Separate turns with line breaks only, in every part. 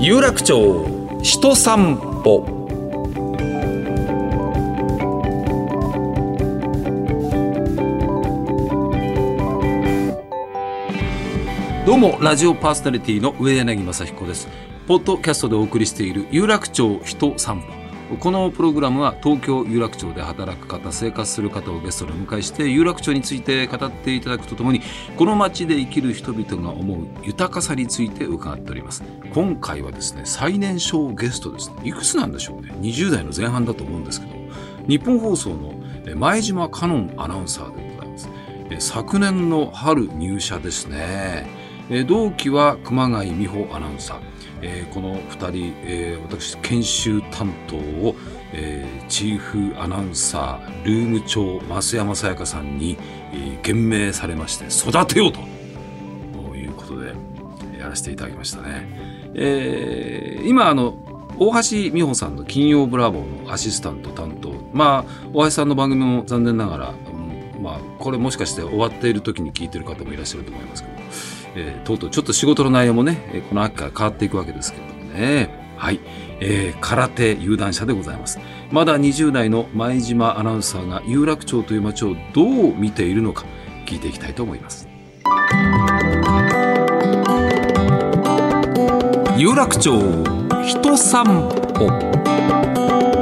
有楽町人散歩どうもラジオパーソナリティの上柳正彦ですポッドキャストでお送りしている有楽町人散歩このプログラムは東京有楽町で働く方生活する方をゲストにお迎えして有楽町について語っていただくとともにこの街で生きる人々が思う豊かさについて伺っております今回はですね最年少ゲストですねいくつなんでしょうね20代の前半だと思うんですけど日本放送のえ前島カノンアナウンサーでございますえ昨年の春入社ですねえ同期は熊谷美穂アナウンサー、えーこの2人、えー私研修担当を、えーチーフアナウンサールーム長増山さやかさんに、えー厳命されまして育てようということでえーやらせていただきましたね。えー今あの大橋美穂さんの「金曜ブラボー」のアシスタント担当まあ大橋さんの番組も残念ながら、うんまあ、これもしかして終わっている時に聞いてる方もいらっしゃると思いますけどえーとうとうちょっと仕事の内容もね、えーこの秋から変わっていくわけですけどもね。はい。えー空手有段者でございます。まだ20代の前島アナウンサーが有楽町という街をどう見ているのか聞いていきたいと思います。有楽町人散歩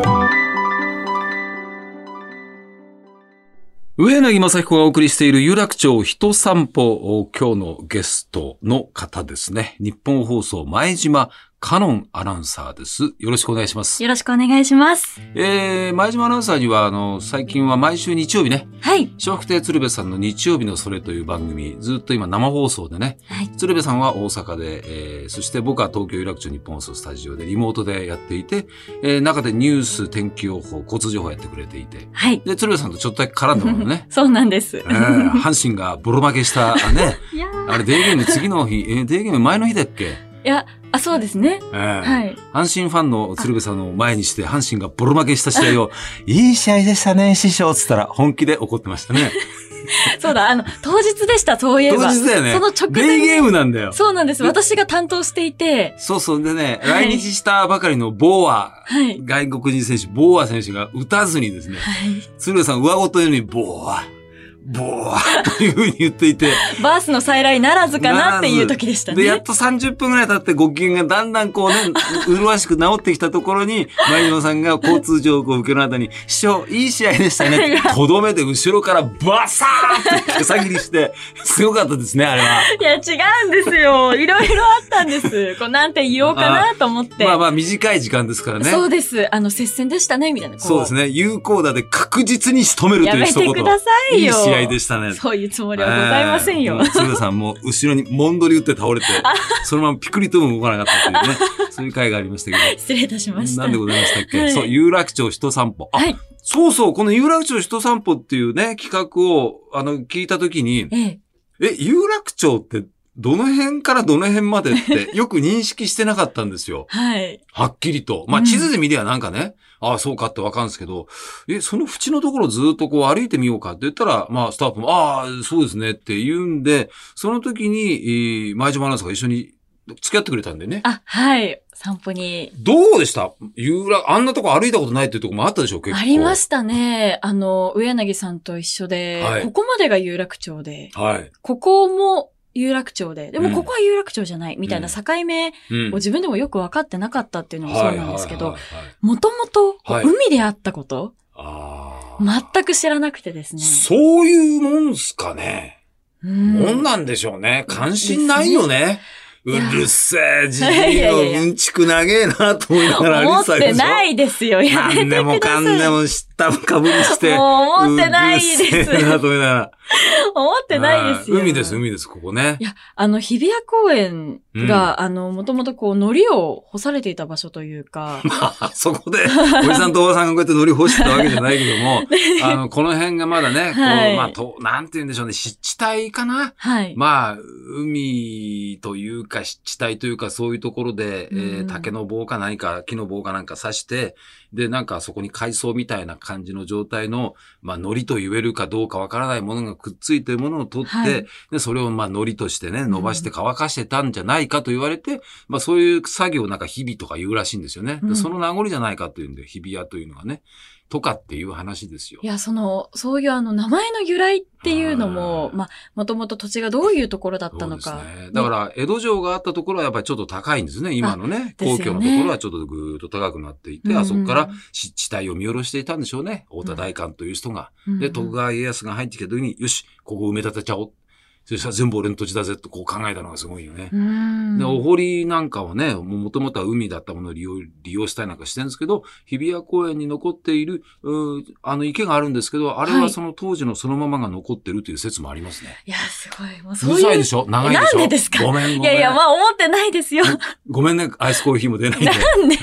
上柳正彦がお送りしている有楽町人散歩、今日のゲストの方ですね。日本放送前島カノンアナウンサーです。よろしくお願いします。
よろしくお願いします。
えー、前島アナウンサーには、あの、最近は毎週日曜日ね、
はい。
笑福亭鶴瓶さんの日曜日のそれという番組、ずっと今生放送でね、
はい。
鶴瓶さんは大阪で、えーそして僕は東京有楽町日本放送スタジオでリモートでやっていて、えー中でニュース、天気予報、交通情報やってくれていて、
はい。。
で、鶴瓶さんとちょっとだけ絡んだものね
そうなんです。
えー阪神がボロ負けしたね、
いやー
あれデーゲーム次の日、えーデーゲーム前の日だっけ、
いや、あ、そうですね。
えー
はい。
阪神ファンの鶴瓶さんの前にして、阪神がボロ負けした試合を、 いい試合でしたね、師匠、つったら本気で怒ってましたね。
そうだ、あの、当日でした、そういえ
当
ば。
日だよね。
その直
デー
前に。
ゲームなんだよ。
そうなんです。私が担当していて、
そうそう。でね、
はい
来日したばかりのボーア、
はい。
外国人選手、ボーア選手が打たずにですね、
はい。
鶴瓶さん上ごとのように、ボーア、ボーア、というふうに言っていて、
バースの再来ならずかなっていう時でした
で、やっ
ね。
と30分ぐらい経ってご機嫌がだんだんこうね、麗しく治ってきたところに、前島さんが交通情報を受けの後に、師匠、いい試合でした
い
ね
や。
とどめて後ろからバサーンって手先りして、すごかったですね、あれは。
いや、違うんですよ。いろいろあったんです。こう、なんて言おうかなと思って。
まあまあ短い時間ですからね。
そうです。あの、接戦でしたね、みたいな。こ
そうですね。有効打で確実に仕留める
や
という
め
一
て
言。
ください
い
よ。
試合でしたね。
そういうつもりはございませんよ
え。ー鶴瓶さんも後ろにもんどり打って倒 れて、そのままピクリとも動かなかったっていうね、そういう回がありましたけ
失礼いた し
ど。
ました。
なんでございましたっけ、
はい
そう、有楽町人散歩。あ、
はい。
そうそう、この有楽町人散歩っていうね、企画を、あの、聞いたときに、
ええ。
え、有楽町って、どの辺からどの辺まで って、よく認識してなかったんですよ。
はい。
はっきりと。まあ、
うん
地図で見りゃなんかね、ああ、そうかってわかるんですけど、え、その縁のところずっとこう歩いてみようかって言ったら、まあ、スタッフも、ああ、そうですねって言うんで、その時に、えー前島アナウンサーが一緒に付き合ってくれたんでね。
あ、はい。散歩に。
どうでした有楽、あんなとこ歩いたことないっていうとこもあったでしょ結構。
ありま
し
したね。あの、上柳さんと一緒で、
はい
ここまでが有楽町で、
た。はい。
ここも有楽町で、で
う
も
ん
ここは有楽町じゃない、みたいな境目
うん
を自分でもよく分かってなかったっていうのもそうなんですけ
は
ど
い、はいはいはい
もともと
はい
海であったこと、
ああ。
全く知らなくてですね。
そういうもんすかね。
うん
もんなんでしょうね。関心ないよね。う
いや
るせえ、じ
いや
じ
い
い
や
の
いや
うんちく長えなと思いながら
思
歩いたわ
って
け
て
でしょ。
ないですよ。やめ
何でもかんでも知ったかぶりして。
もう思ってないで
うる
す。
せえなと思いながら。
思ってないですよ。
はい海です、海です、ここね
い。や、あの、日比谷公園が、あの、もともとこう、海苔を干されていた場所というか、
まあ、そこで、おじさんとおばさんがこうやって乗り干してたわけじゃないけども、 あの、この辺がまだ ね、こう、
はい
まあ、と、なんて言うんでしょうね、湿地帯かな
はい。
まあ、海というか、湿地帯というか、そういうところで、えー
うん
竹の棒か何か、木の棒かなんか刺して、で、なんかそこに海藻みたいな感じの状態の、まあ、海苔と言えるかどうかわからないものがくっついてるものを取って、
はい
で、それをまあ、海苔としてね、伸ばして乾かしてたんじゃないかと言われて、まあ、そういう作業をなんか日々とか言うらしいんですよね。で
うん
その名残じゃないかというんで、日比谷というのがね、とかっていう話ですよ
い。や、その、そういうあの、名前の由来っていうのも
は、い
まあ、もともと土地がどういうところだったの
そう
か。
ですね。だから、江戸城があったところはやっぱりちょっと高いんですね。今のね、
ですよ
皇
ね
居のところはちょっとぐーっと高くなっていて、あそこか
う
ら
ん
湿地帯を見下ろしていたんでしょうね。太田大官という人が。
うん、
で、徳川家康が入ってきた時に、よし、ここ埋め立てちゃおう。そしたら全部俺の土地だぜとこう考えたのがすごいよね。
うん。
で、お堀なんかはね、もともとは海だったものを利用利用したりなんかしてるんですけど、日比谷公園に残っている、うーあの池があるんですけど、あれ
は
はいその当時のそのままが残ってるという説もありますね。
いや、すごい。もう
う
そう
る
い
さ
う。
いでしょ長いでしょ
なんでですか
ごめんごめ
い
ん。
やいや、まあ、思ってないですよ。
ごめんね、アイスコーヒーも出ないんで。
な んで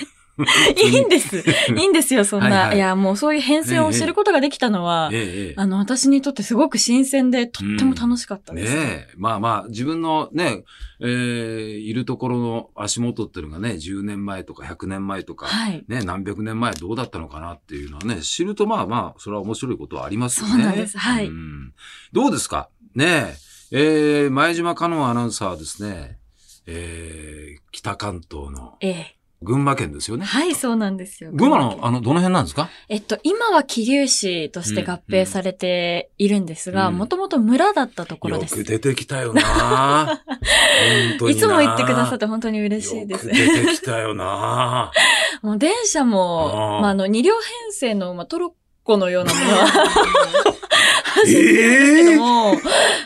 いいん
で。
です。いいんですよ、そんな。
はい
い
はい
や、もうそういう変遷を知ることができたのは、
ええええ
あの、私にとってすごく新鮮で、とっても楽しかったです。
ねえ。まあまあ、自分のね、えーいるところの足元っていうのがね、10年前とか100年前とか、
はい。
ね、何百年前どうだったのかなっていうのはね、知るとまあまあ、それは面白いことはありますよね。
そうなんですはい
うんどうですかねえ、えー前島香音アナウンサーはですね、えー北関東の
ええ。
群馬県ですよね。
はい、そうなんですよ。
群馬の、あの、どの辺なんですか
えっと、今は桐生市として合併されているんですが、
うん
もともと村だったところ
よ
です。
く
い
出てきたよな 本当にな
つも言ってくださって本当に嬉しいです
よ。く出てきたよ な
もう電車
あ
も
ー、
まあ、あの、二両編成の、まあ、トロッコのようなものは走ってるんです
え
け
え
ども、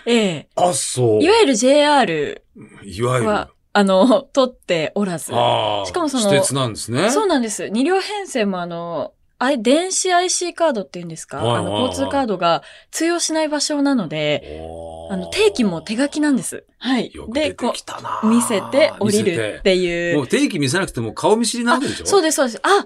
ええ
あ、そう。
いわゆる JR
いわゆる。
は、あの、取っておらず。
ああ。
しかもその
私鉄なんですね。
そうなんです。二両編成もあの、あい電子 IC カードっていうんですか、
はいはいはい
あの、交通カードが通用しない場所なので、
おー
あの、定期も手書きなんです。はい
よ。く出
で、
て
こ
きたな
う、見せて降り
見
るっ
せ
てい
ても
う。
う定期見せなくても顔見知りなわけでしょ
そうです、そうです。あ、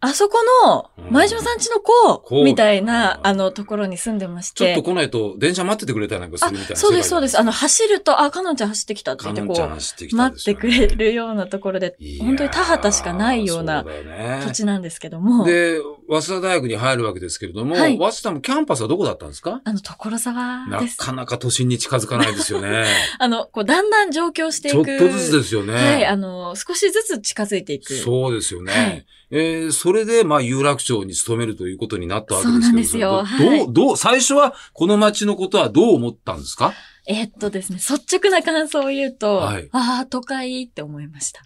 あそこの
うん、
前島さんちの
子
子、みたいな
う、ん
あの、ところに住んでまし
ちょっと
て。
来ないと電車待っててくれたりなんかするみたいな。
そうです、そうです。あの、
っ
走ると、あ、かのんちゃん走ってきたって言って、こ
ちゃん
う、
走ってきたん
待
で
っ
すよ
て
ね
くれ。るようなところで、
いやー
本当に田畑しかないような
そうだよね
土地なんですけども。
で、早稲田大学に入るわけですけれども、
はい
早稲田もキャンパスはどこだったんですか
あの、所沢
な
です。
かなか都心に近づかないですよね。
あの、こう、だんだん上京してい
ちょっ
く。
とずつですよね。
はい、あの、少しずつ近づいていく。
そうですよね。
はい
えーそれで、まあ、有楽町に勤めるということになったわけですけど
そうなんですよ
それど
は
どう、どう、最初はこの街のことはどう思ったんですか
えーっとですね、率直な感想を言うと、
はい
ああ、都会って思いました。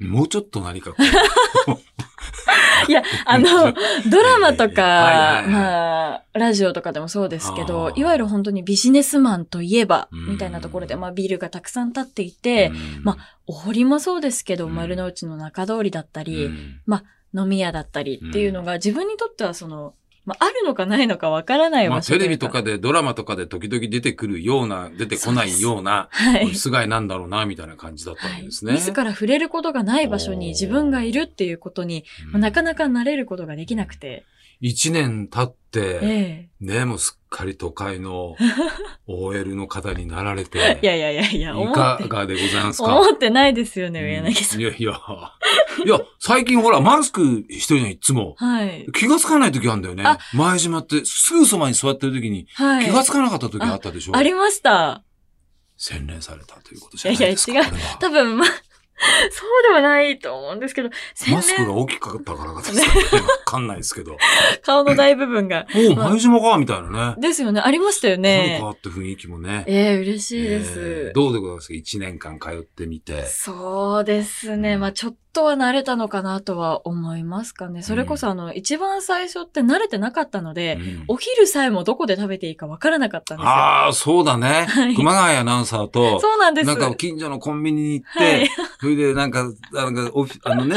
もうちょっと何かこ
いや、あの、ドラマとか、
はいはいはい
まあ、ラジオとかでもそうですけ
あ
ど、
ー
いわゆる本当にビジネスマンといえば、
うん。
みたいなところで、まあ、ビルがたくさん建っていうて、
うん
まお堀もそうですけど、
うん
丸の内の中通りだったり、
うん
飲み屋だったりっていうのが、自分にとってはその、まあ、あるのかないのかわからない
まあ、
場所
テ
と
レ
い
ビ
うか
とかで、ドラマとかで時々出てくるような、出てこないような、
はい。
素概なんだろうな、みたいな感じだった
は
ん
い
ですね。
自ら触れることがない場所に自分がいるっていうことに、
うん
なかなか慣れることができなくて。
一年経って、
え
ね、もうすっかり都会 の OL の方になられ
え。いや
て、
いやいやい
い
や、思っ
か
て、
がでございますか
思ってないですよね、上
うん
柳さん。
いやいや。いや、最近ほら、マスクしてるのいつも。
はい。
気がつかない時あるんだよね
あ。
前島って、すぐそばに座ってる時に、
はい。
気がつかなかった時あったでしょ、
ありました。
洗練されたということじゃないですか。
いやいや違
これは
多分、ま、 そうではないと思うんですけど、洗
マスク
練、
が大きかったからかですかねわかんないです けど。
顔の大部分が。
おう、前島かみたいなね。
ですよね、ありましたよ
何
ね
か。あって雰囲気もね。
ええ、嬉しいで
え
す
ー。どうでございますか一年間通ってみて。
そうですね。まあちょっとは慣れたのかなとは思いますかね。それこそあの、一番最初って慣れてなかったの
う
で、
ん
お昼さえもどこで食べていいかわからなかったんですよ。
ああ、そうだね
はい。
熊谷アナウンサーと、
そうなんです。
なんか近所のコンビニに行って、
はい
それでなんか、なんかオフィあのね、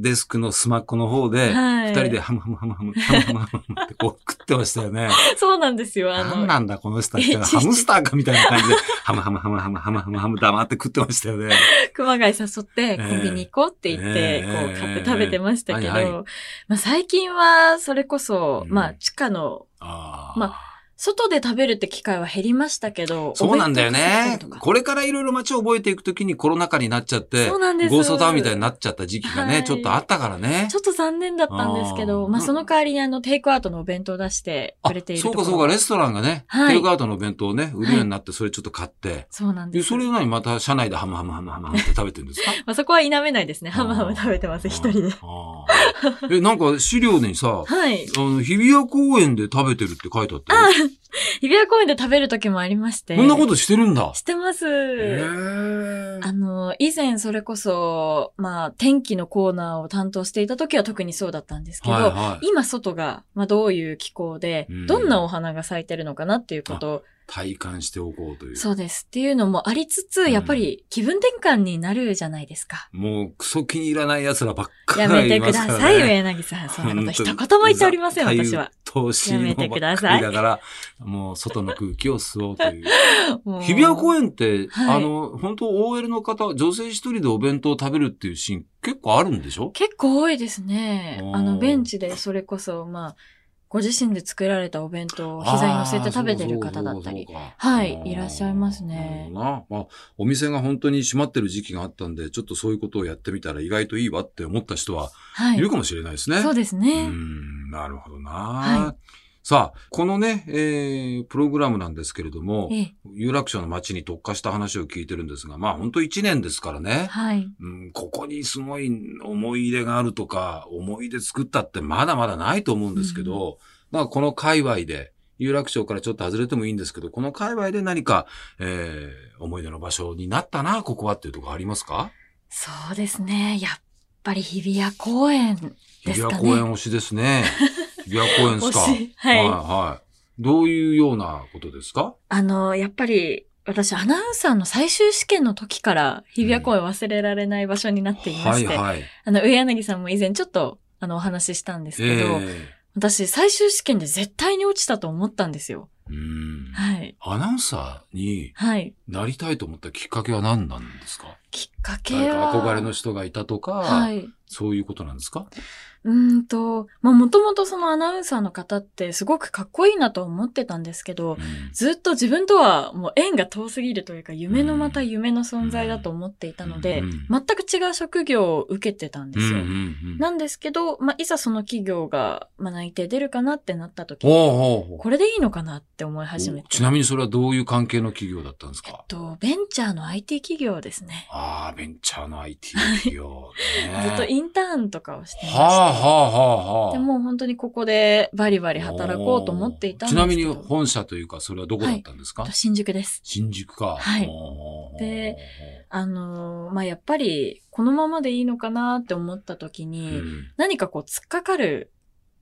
デスクのスマッコの方で、
はい
二人でハムハムハムハム、ハムハムハムってこう食ってましたよね。
そうなんですよ。あ
なん
の、
なんだこの人たちは、
いちいち
ハムスターかみたいな感じで、ハムハムハムハムハムハムハム黙って食ってましたよね。
熊谷誘って、コンビニ行こうって言って、
ええ
こう買って食べてましたけど、
はいは
まあ最近は、それこそ、
うん
まあ地下の、
あ
ま
あ。
外で食べるって機会は減りましたけど、
そうなんだよ
お弁
ね
当作ったりと。か
これからいろいろ街を覚えていくときにコロナ禍になっちゃって
そう、なんです
ゴーストタウンみたいになっちゃった時期がね、
はい
ちょっとあったからね
ち。ょっと残念だったんですけ
あ
ど、
ー
まあ、
うん
その代わりにあの、テイクアウトのお弁当を出して
あ
くれてい、る
そう
ところ
かそうか、レストランがね、
はい
テイクアウトのお弁当をね、売るようになって、それちょっと買って。
そうなんで。
ですそれを何また車内でハムハムハムハムハムって食べてるんですか
まあ、そこは否めないですね。ハムハム食べてます、一人で。
あーえ、なんか資料にさ、
はい。
あの、日比谷公園で食べてるって書いてあったよ
あ日比谷公園で食べる時もありまして。
こんなことしてるんだ。
してます。
へー
あの、以前それこそ、まあ、天気のコーナーを担当していた時は特にそうだったんですけど、
はいはい。
今外が、まあ、どういう気候で、
うん
どんなお花が咲いてるのかなっていうことを、
体感しておこうという。
そうですっていうのもありつつ、
ん
やっぱり気分転換になるじゃないですか。
もう、クソ気に入らない奴らばっか
や
り
めて
いま
く
すか
だ
ら、ね。
さい、上柳さん。そんなこと一言も言っておりません、
本当に
私は。。
投資のばっか
やめてください
りだから、もう外の空気を吸おうという。
もう
日比谷公園って、
はい
あの、本当 OL の方、女性一人でお弁当を食べるっていうシーン結構あるんでしょ
結構多いですね
お。ー
あの、ベンチでそれこそ、まあ、ご自身で作られたお弁当を膝に乗せて食べてる方だったり。。はいいらっしゃいます
なるほ
ね
どなまあ、お店が本当に閉まってる時期があったんで、ちょっとそういうことをやってみたら意外といいわって思った人は
はいい
る。かもしれないですね。
そうです
う。
ね
ん、なるほどな、
は
さあ、このね、えープログラムなんですけれども、
ええ。
有楽町の街に特化した話を聞いてるんですが、まあ本当1年ですからね、
はい。
うん、ここにすごい思い入れがあるとか、思い出作ったってまだまだないと思うんですけど、まあこの界隈で、有楽町からちょっと外れてもいいんですけど、この界隈で何か、えー思い出の場所になったな、ここはっていうところありますか
そうですね。やっぱり日比谷公園
日
で
比
す
谷
か
公園
ね。
推しです ね。日比谷公園ですか。
しい。はい。
はい、はい。どういうようなことですか
あの、やっぱり、私、アナウンサーの最終試験の時から、日比谷公園忘れられない場所になっていま
は
し
い
て、
はい。
あの、上柳さんも以前ちょっと、あの、お話ししたんです
え
けど、
ー
私、最終試験で絶対に落ちたと思ったんですよ。
うん。
はい。
アナウンサーに
はい。
なりたいと思ったきっかけは何なんですか
きっかけ
誰
は
か。憧れの人がいたとか、
はい。う
そういうことなんですか
ーんと、まあ、もともとそのアナウンサーの方ってすごくかっこいいなと思ってたんですけ
う
ど、
ん
ずっと自分とはもう縁が遠すぎるというか、夢のまた夢の存在だと思っていたので、
うん
全く違う職業を受けてたんで
うん
す
うん
よ。
うん
なんですけど、まあ、いざその企業が、まあ、内定出るかなってなった時
ほうほうほう
これでいいのかなって思い始めて。
ちなみにそれはどういう関係の企業だったんです
えっ
か
と、ベンチャーの IT 企業ですね。
ああ、ベンチャーの IT 企業、ね。
ずっとインターンとかをしてまし
は
た。
あはあはあはあ。
でもう本当にここでバリバリ働こうと思っていたんですけど。
おーちなみに本社というか、それはどこだったんですか、
と新宿です。
新宿か。
はい
おー
で、あのーまあ、やっぱりこのままでいいのかなって思った時
う
に、
ん。
何かこう突っかかる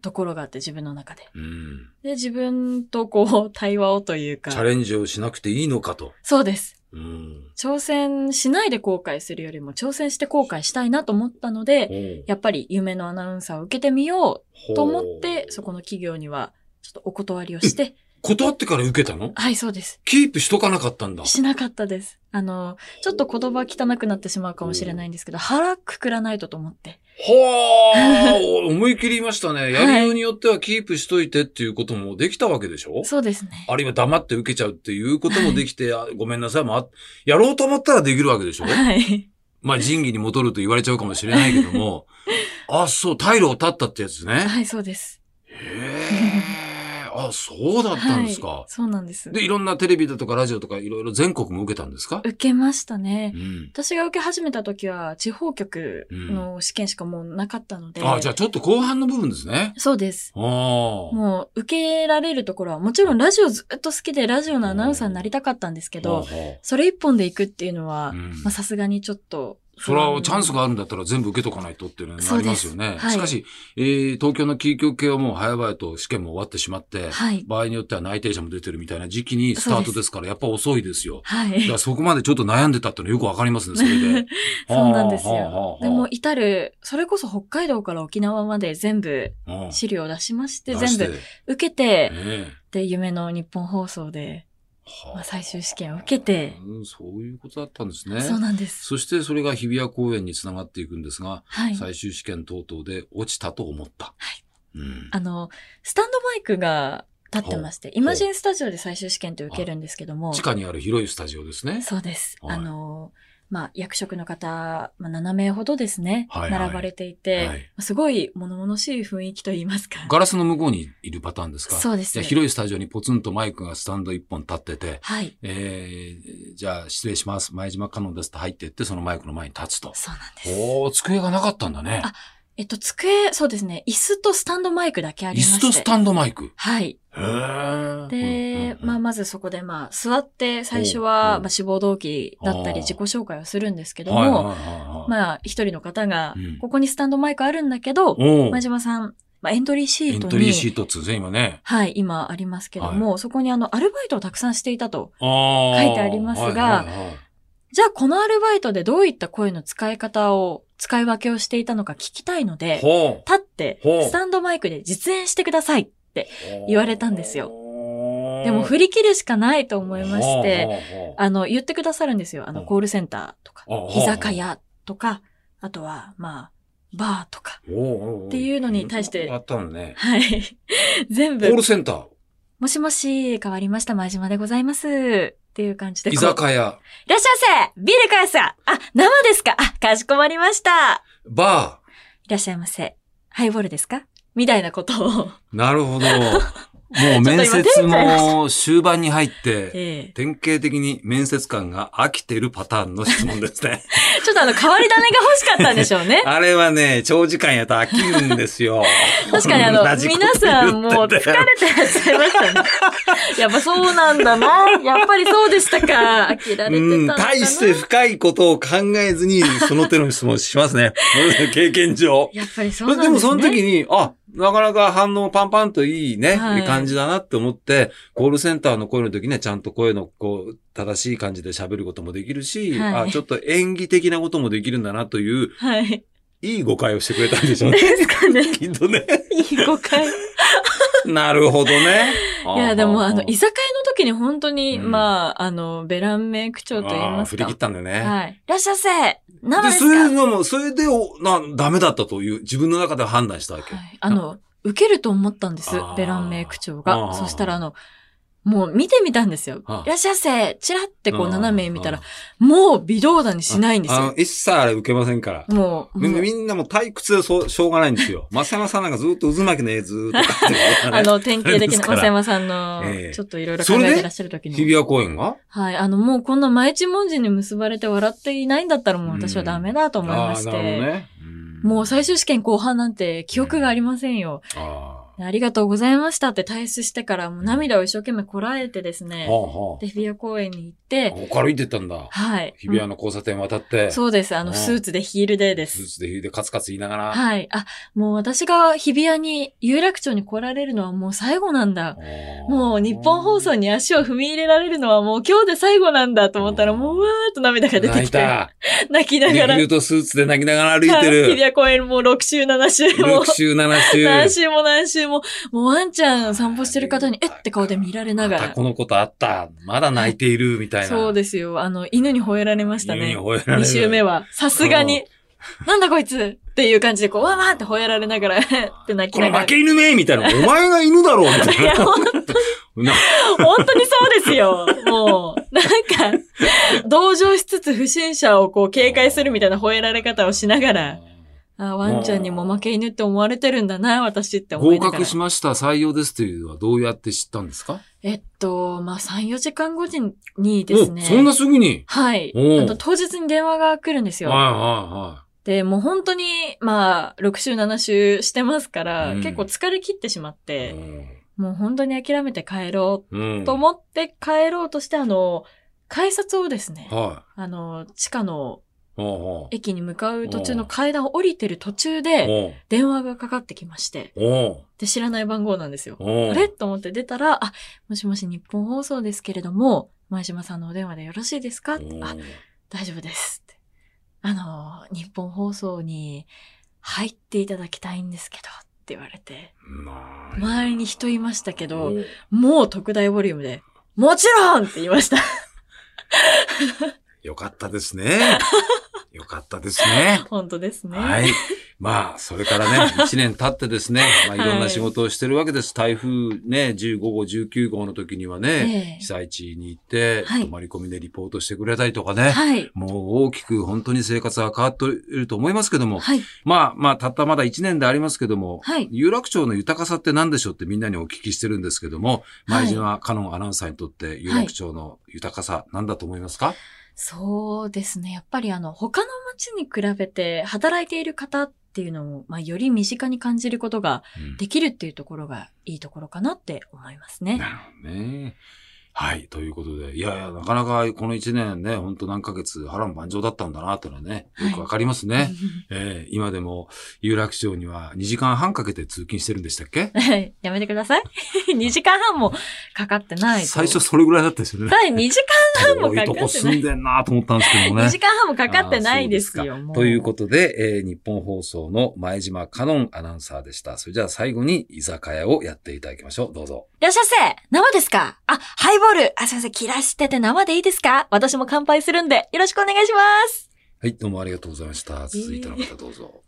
ところがあって自分の中で。
うん
で、自分とこう対話をというか
チ。ャレンジをしなくていいのかと。
そうです。
うん。
挑戦しないで後悔するよりも挑戦して後悔したいなと思ったので、やっぱり夢のアナウンサーを受けてみようと思って、そこ
の。
の企業にはちょっとお断り をして、
断ってから受けたの
はい、そうです。
キープしとかなかったんだ。
しなかったです。あの、ちょっと言葉汚くなってしまうかもしれないんですけど、腹くくらないとと思って。
はあ、 思い切り言いましたね。やりようによってはキープしといてっていうこともできたわけでしょ
そうですね。
あるいは黙って受けちゃうっていうこともでき て、あごめんなさい、まあ、やろうと思ったらできるわけでしょ
はい。
まあ、仁義に戻ると言われちゃうかもしれないけど も、あ、そう、退路を断ったってやつね。
はい、そうです。
へえ、あ、そうだったんですか。
はい、そうなんです。
で、いろんなテレビだとかラジオとかいろいろ全国も受けたんですか
受けましたね。
うん。
私が受け始めた時は、地方局の試験しかもうなかったので。
あ、じゃあちょっと後半の部分ですね。
そうです。
ああ。
もう、受けられるところは、もちろんラジオずっと好きで、ラジオのアナウンサーになりたかったんですけ
ほう
ど、
ほ
それ一本で行くっていうのは
うう、ん
まあ、さすがにちょっと。
それはチャンスがあるんだったら全部受けとかないとっていうのになりますよ
そう
ね。
ですはい
しかし、えー東京の企業系はもう早々と試験も終わってしまって、
はい。
場合によっては内定者も出てるみたいな時期にスタートですから、やっぱ遅いですよ。
は
だ
い
か。らそこまでちょっと悩んでたってのはよくわかりますね、それで。
そうなんです
はあはあは
よ
あ。
でも、至る、それこそ北海道から沖縄まで全部
うん
資料を出しまして、
出
全
して
部
ね
受けて、
え
で、夢の日本放送で、
はあ
まあ、最終試験を受けて、
うんそういうことだったんですね。
そうなんです。
そしてそれが日比谷公園につながっていくんですが、
はい。
最終試験等々で落ちたと思った。
はい
うん
あの、スタンドマイクが経ってまして、イマジンスタジオで最終試験って受けるんですけども。
地下にある広いスタジオですね。
そうです。はい、あの、まあ、役職の方、まあ、7名ほどですね、はいはい、並ばれていて、はい、すごい物々しい雰囲気といいますか。
ガラスの向こうにいるパターンですか
そうです。
広いスタジオにポツンとマイクがスタンド一本立ってて、
はい。
えー、じゃあ失礼します。前島かのんですと入っていって、そのマイクの前に立つと。
そうなんです。
お机がなかったんだね。
あ、えっと、机、そうですね。椅子とスタンドマイクだけありまして
椅子とスタンドマイク
はい。
へー
で、まあ、まずそこで、まあ、座って、最初は、まあ、志望動機だったり、自己紹介をするんですけども、まあ、一人の方が、ここにスタンドマイクあるんだけど、前島さん、まあ、エントリーシートに。エン
トリーシートって今ね。
はい、今ありますけども、そこに、あの、アルバイトをたくさんしていたと、書いてありますが、じゃあ、このアルバイトでどういった声の使い方を使い分けをしていたのか聞きたいので、立って、スタンドマイクで実演してくださいって言われたんですよ。でも振り切るしかないと思いまして、あの、言ってくださるんですよ。あの、コールセンターとか、居酒屋とか、あとは、まあ、バーとか、っていうのに対して、
あったのね。
はい。 全部。
コールセンター
もしもし、変わりました、前島でございます。っていう感じで。
居酒屋。いらっ
しゃいませビールかやさあ、生ですかあ、かしこまりました。
バ
ー。いらっしゃいませ。ハイボールですかみたいなことを。
なる ほど。もう面接も終盤に入って、典型的に面接官が飽きてるパターンの質問です ね。
ちょっとあの、変わり種が欲しかったんでしょうね。
あれはね、長時間やと飽きるんですよ。
確かにあの、皆さんもう疲れてらっしゃいましたね。やっぱそうなんだな。やっぱりそうでしたか。飽きられてたんだな。
大して深いことを考えずに、その手の質問しますね。 経験上。
やっぱりそうなん
ですね。でもその時に、あ、なかなか反応パンパンといいね、はい、感じだなって思って、コールセンターの声の時ね、ちゃんと声のこう、正しい感じで喋ることもできるし、はい、あ、ちょっと演技的なこともできるんだなという、
はい、
いい誤解をしてくれたんでしょうね。
です かね。
きっとね。
いい誤解。
なるほどね。
いや、でも、あの、居酒屋の時に本当に、まあ、あの、ベランメイク長と言いますか。
振り切ったんだよね。
はい。いらっしゃいせ生で
で、
すか、
それでも、それで、な、ダメだったという、自分の中で判断したわけ。はい
あの、受けると思ったんです、ベランメイク長が。そしたら、あの、もう見てみたんですよ。いらっしゃいせチラってこう斜め見たら、もう微動だにしないんですよ。あ
の、一切あれ受けませんから。
もう。
みんなも退屈でそしょうがないんですよ。 松山さんなんかずっと渦巻きの絵ずーっと、
ね。あの、典型的な松山さんの、ちょっといろいろ考えてらっしゃる時 に。
日比谷公園が
はい。あの、もうこんな毎一文字に結ばれて笑っていないんだったらもう私はダメだと思いまして。なるほどね。もう最終試験後半なんて記憶がありませんよ。ありがとうございましたって退出してから、もう涙を一生懸命こらえてですね、で、日比谷公園に行って、
ここ歩いてったんだ。
はい。
日比谷の交差点渡って。
そうです。あの、スーツでヒールでです。
スーツでヒールでカツカツ言いながら。
はい。あ、もう私が日比谷に、有楽町に来られるのはもう最後なんだ。もう日本放送に足を踏み入れられるのはもう今日で最後なんだと思ったら、もうわーっと涙が出てきて。 泣きながら。
ヒールとスーツで泣きながら歩いてる。
日比谷公園もう6週7週
も。6週7週。
何週も何週も、もうワンちゃん散歩してる方に、えって顔で見られながら。
このことあった。まだ泣いている、みたいな。
そうですよ。あの、犬に吠えられましたね。犬
に吠えられる。2
週目は。さすがに。なんだこいつっていう感じで、こう、わわって吠えられながら って泣きながら。
これ負け犬めみたいな。お前が犬だろみたいな。いや、
本当に。本当にそうですよ。もう、なんか、同情しつつ不審者をこう警戒するみたいな吠えられ方をしながら。あワンちゃんにも負け犬って思われてるんだな、私って思
い合格しました、採用ですというのはどうやって知ったんですか
えっと、まあ、3、4時間後にですね。
そんなすぐに
はい。あと当日に電話が来るんですよ。
はいはいはい。
で、もう本当に、まあ、6週、7週してますから、うん、結構疲れ切ってしまって、うん、もう本当に諦めて帰ろうと思って帰ろうとして、あの、改札をですね、
はい、
あの、地下の駅に向かう途中の階段を降りてる途中で、電話がかかってきまして、で、知らない番号なんですよ。あれと思って出たら、あ、もしもし日本放送ですけれども、前島さんのお電話でよろしいですかあ、大丈夫ですって。あの、日本放送に入っていただきたいんですけど、って言われて、周りに人いましたけど、もう特大ボリュームで、もちろんって言いました。
よかったですね。よかったですね。
本当ですね。
はい。まあ、それから ね、1年経ってですね、まあ、いろんな仕事をしてるわけです。台風ね、15号、19号の時にはね、
ええ
被災地に行って、
はい
泊まり込みでリポートしてくれたりとかね、
はい。
もう大きく本当に生活は変わっていると思いますけども、
はい。
まあまあ、たったまだ1年でありますけども、
はい
有楽町の豊かさって何でしょうってみんなにお聞きしてるんですけども、
はい
前島カノンアナウンサーにとって有楽町の豊かさ何だと思いますか、
そうですね。やっぱりあの、他の町に比べて働いている方っていうのを、まあ、より身近に感じることが
うん
できるっていうところがいいところかなって思いますね。
なるほどね。はい。ということで、いやいや、なかなかこの1年ね、ほんと何ヶ月波乱万丈だったんだなってのはね、よくわかりますね。えー今でも有楽町には2時間半かけて通勤してるんでしたっけ
はい やめてください。2時間半もかかってないと。
最初それぐらいだったですよ ね。
はい、2時間半もかか
遠い
って
と
ない。
こ住んでんなと思ったんですけどもね
2 。時間半もかかってないです
あー
よ、もう。
ということで、えー日本放送の前島カノンアナウンサーでした。それじゃあ最後に居酒屋をやっていただきましょう。どうぞ。
いらっしゃいませ生ですかあ、ハイボールあ、すいません、切らしてて生でいいですか私も乾杯するんで、よろしくお願いします
はい、どうもありがとうございました。続いての方どうぞ。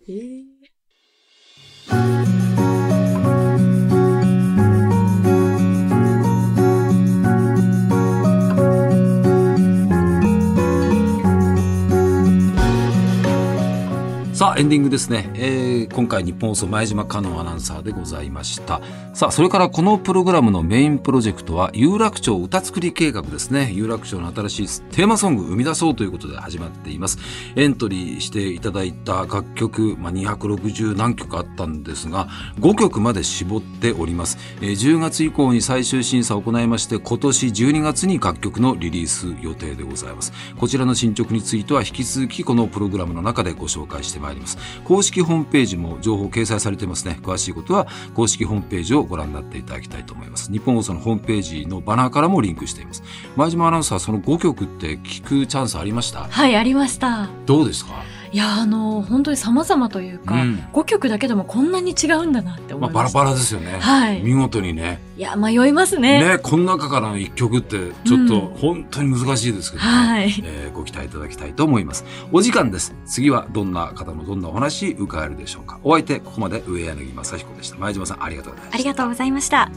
さあエンディングですね、えー今回日本放送前島香音アナウンサーでございましたさあそれからこのプログラムのメインプロジェクトは有楽町歌作り計画ですね有楽町の新しいテーマソングを生み出そうということで始まっていますエントリーしていただいた楽曲、まあ、260何曲あったんですが5曲まで絞っております、えー10月以降に最終審査を行いまして今年12月に楽曲のリリース予定でございますこちらの進捗については引き続きこのプログラムの中でご紹介してまいります公式ホームページも情報掲載されてますね詳しいことは公式ホームページをご覧になっていただきたいと思います日本放送のホームページのバナーからもリンクしています前島アナウンサーその5曲って聞くチャンスありました
はい、ありました。
どうですか、
いや、あの、本当に様々という
う
か、
ん
5曲だけでもこんなに違うんだなって思
まあ、
い
バ
ま
ラ
した。
バラですよね、
はい
見事にね
いや、迷いますね。
ねこの中からの1曲ってちょっと
うん
本当に難しいですけどね、
はい。
えーご期待いただきたいと思います。お時間です。次はどんな方のどんなお話伺えるでしょうか。お相手、ここまで上柳正彦でした。前島さん、ありがとうございました。
ありがとうございました。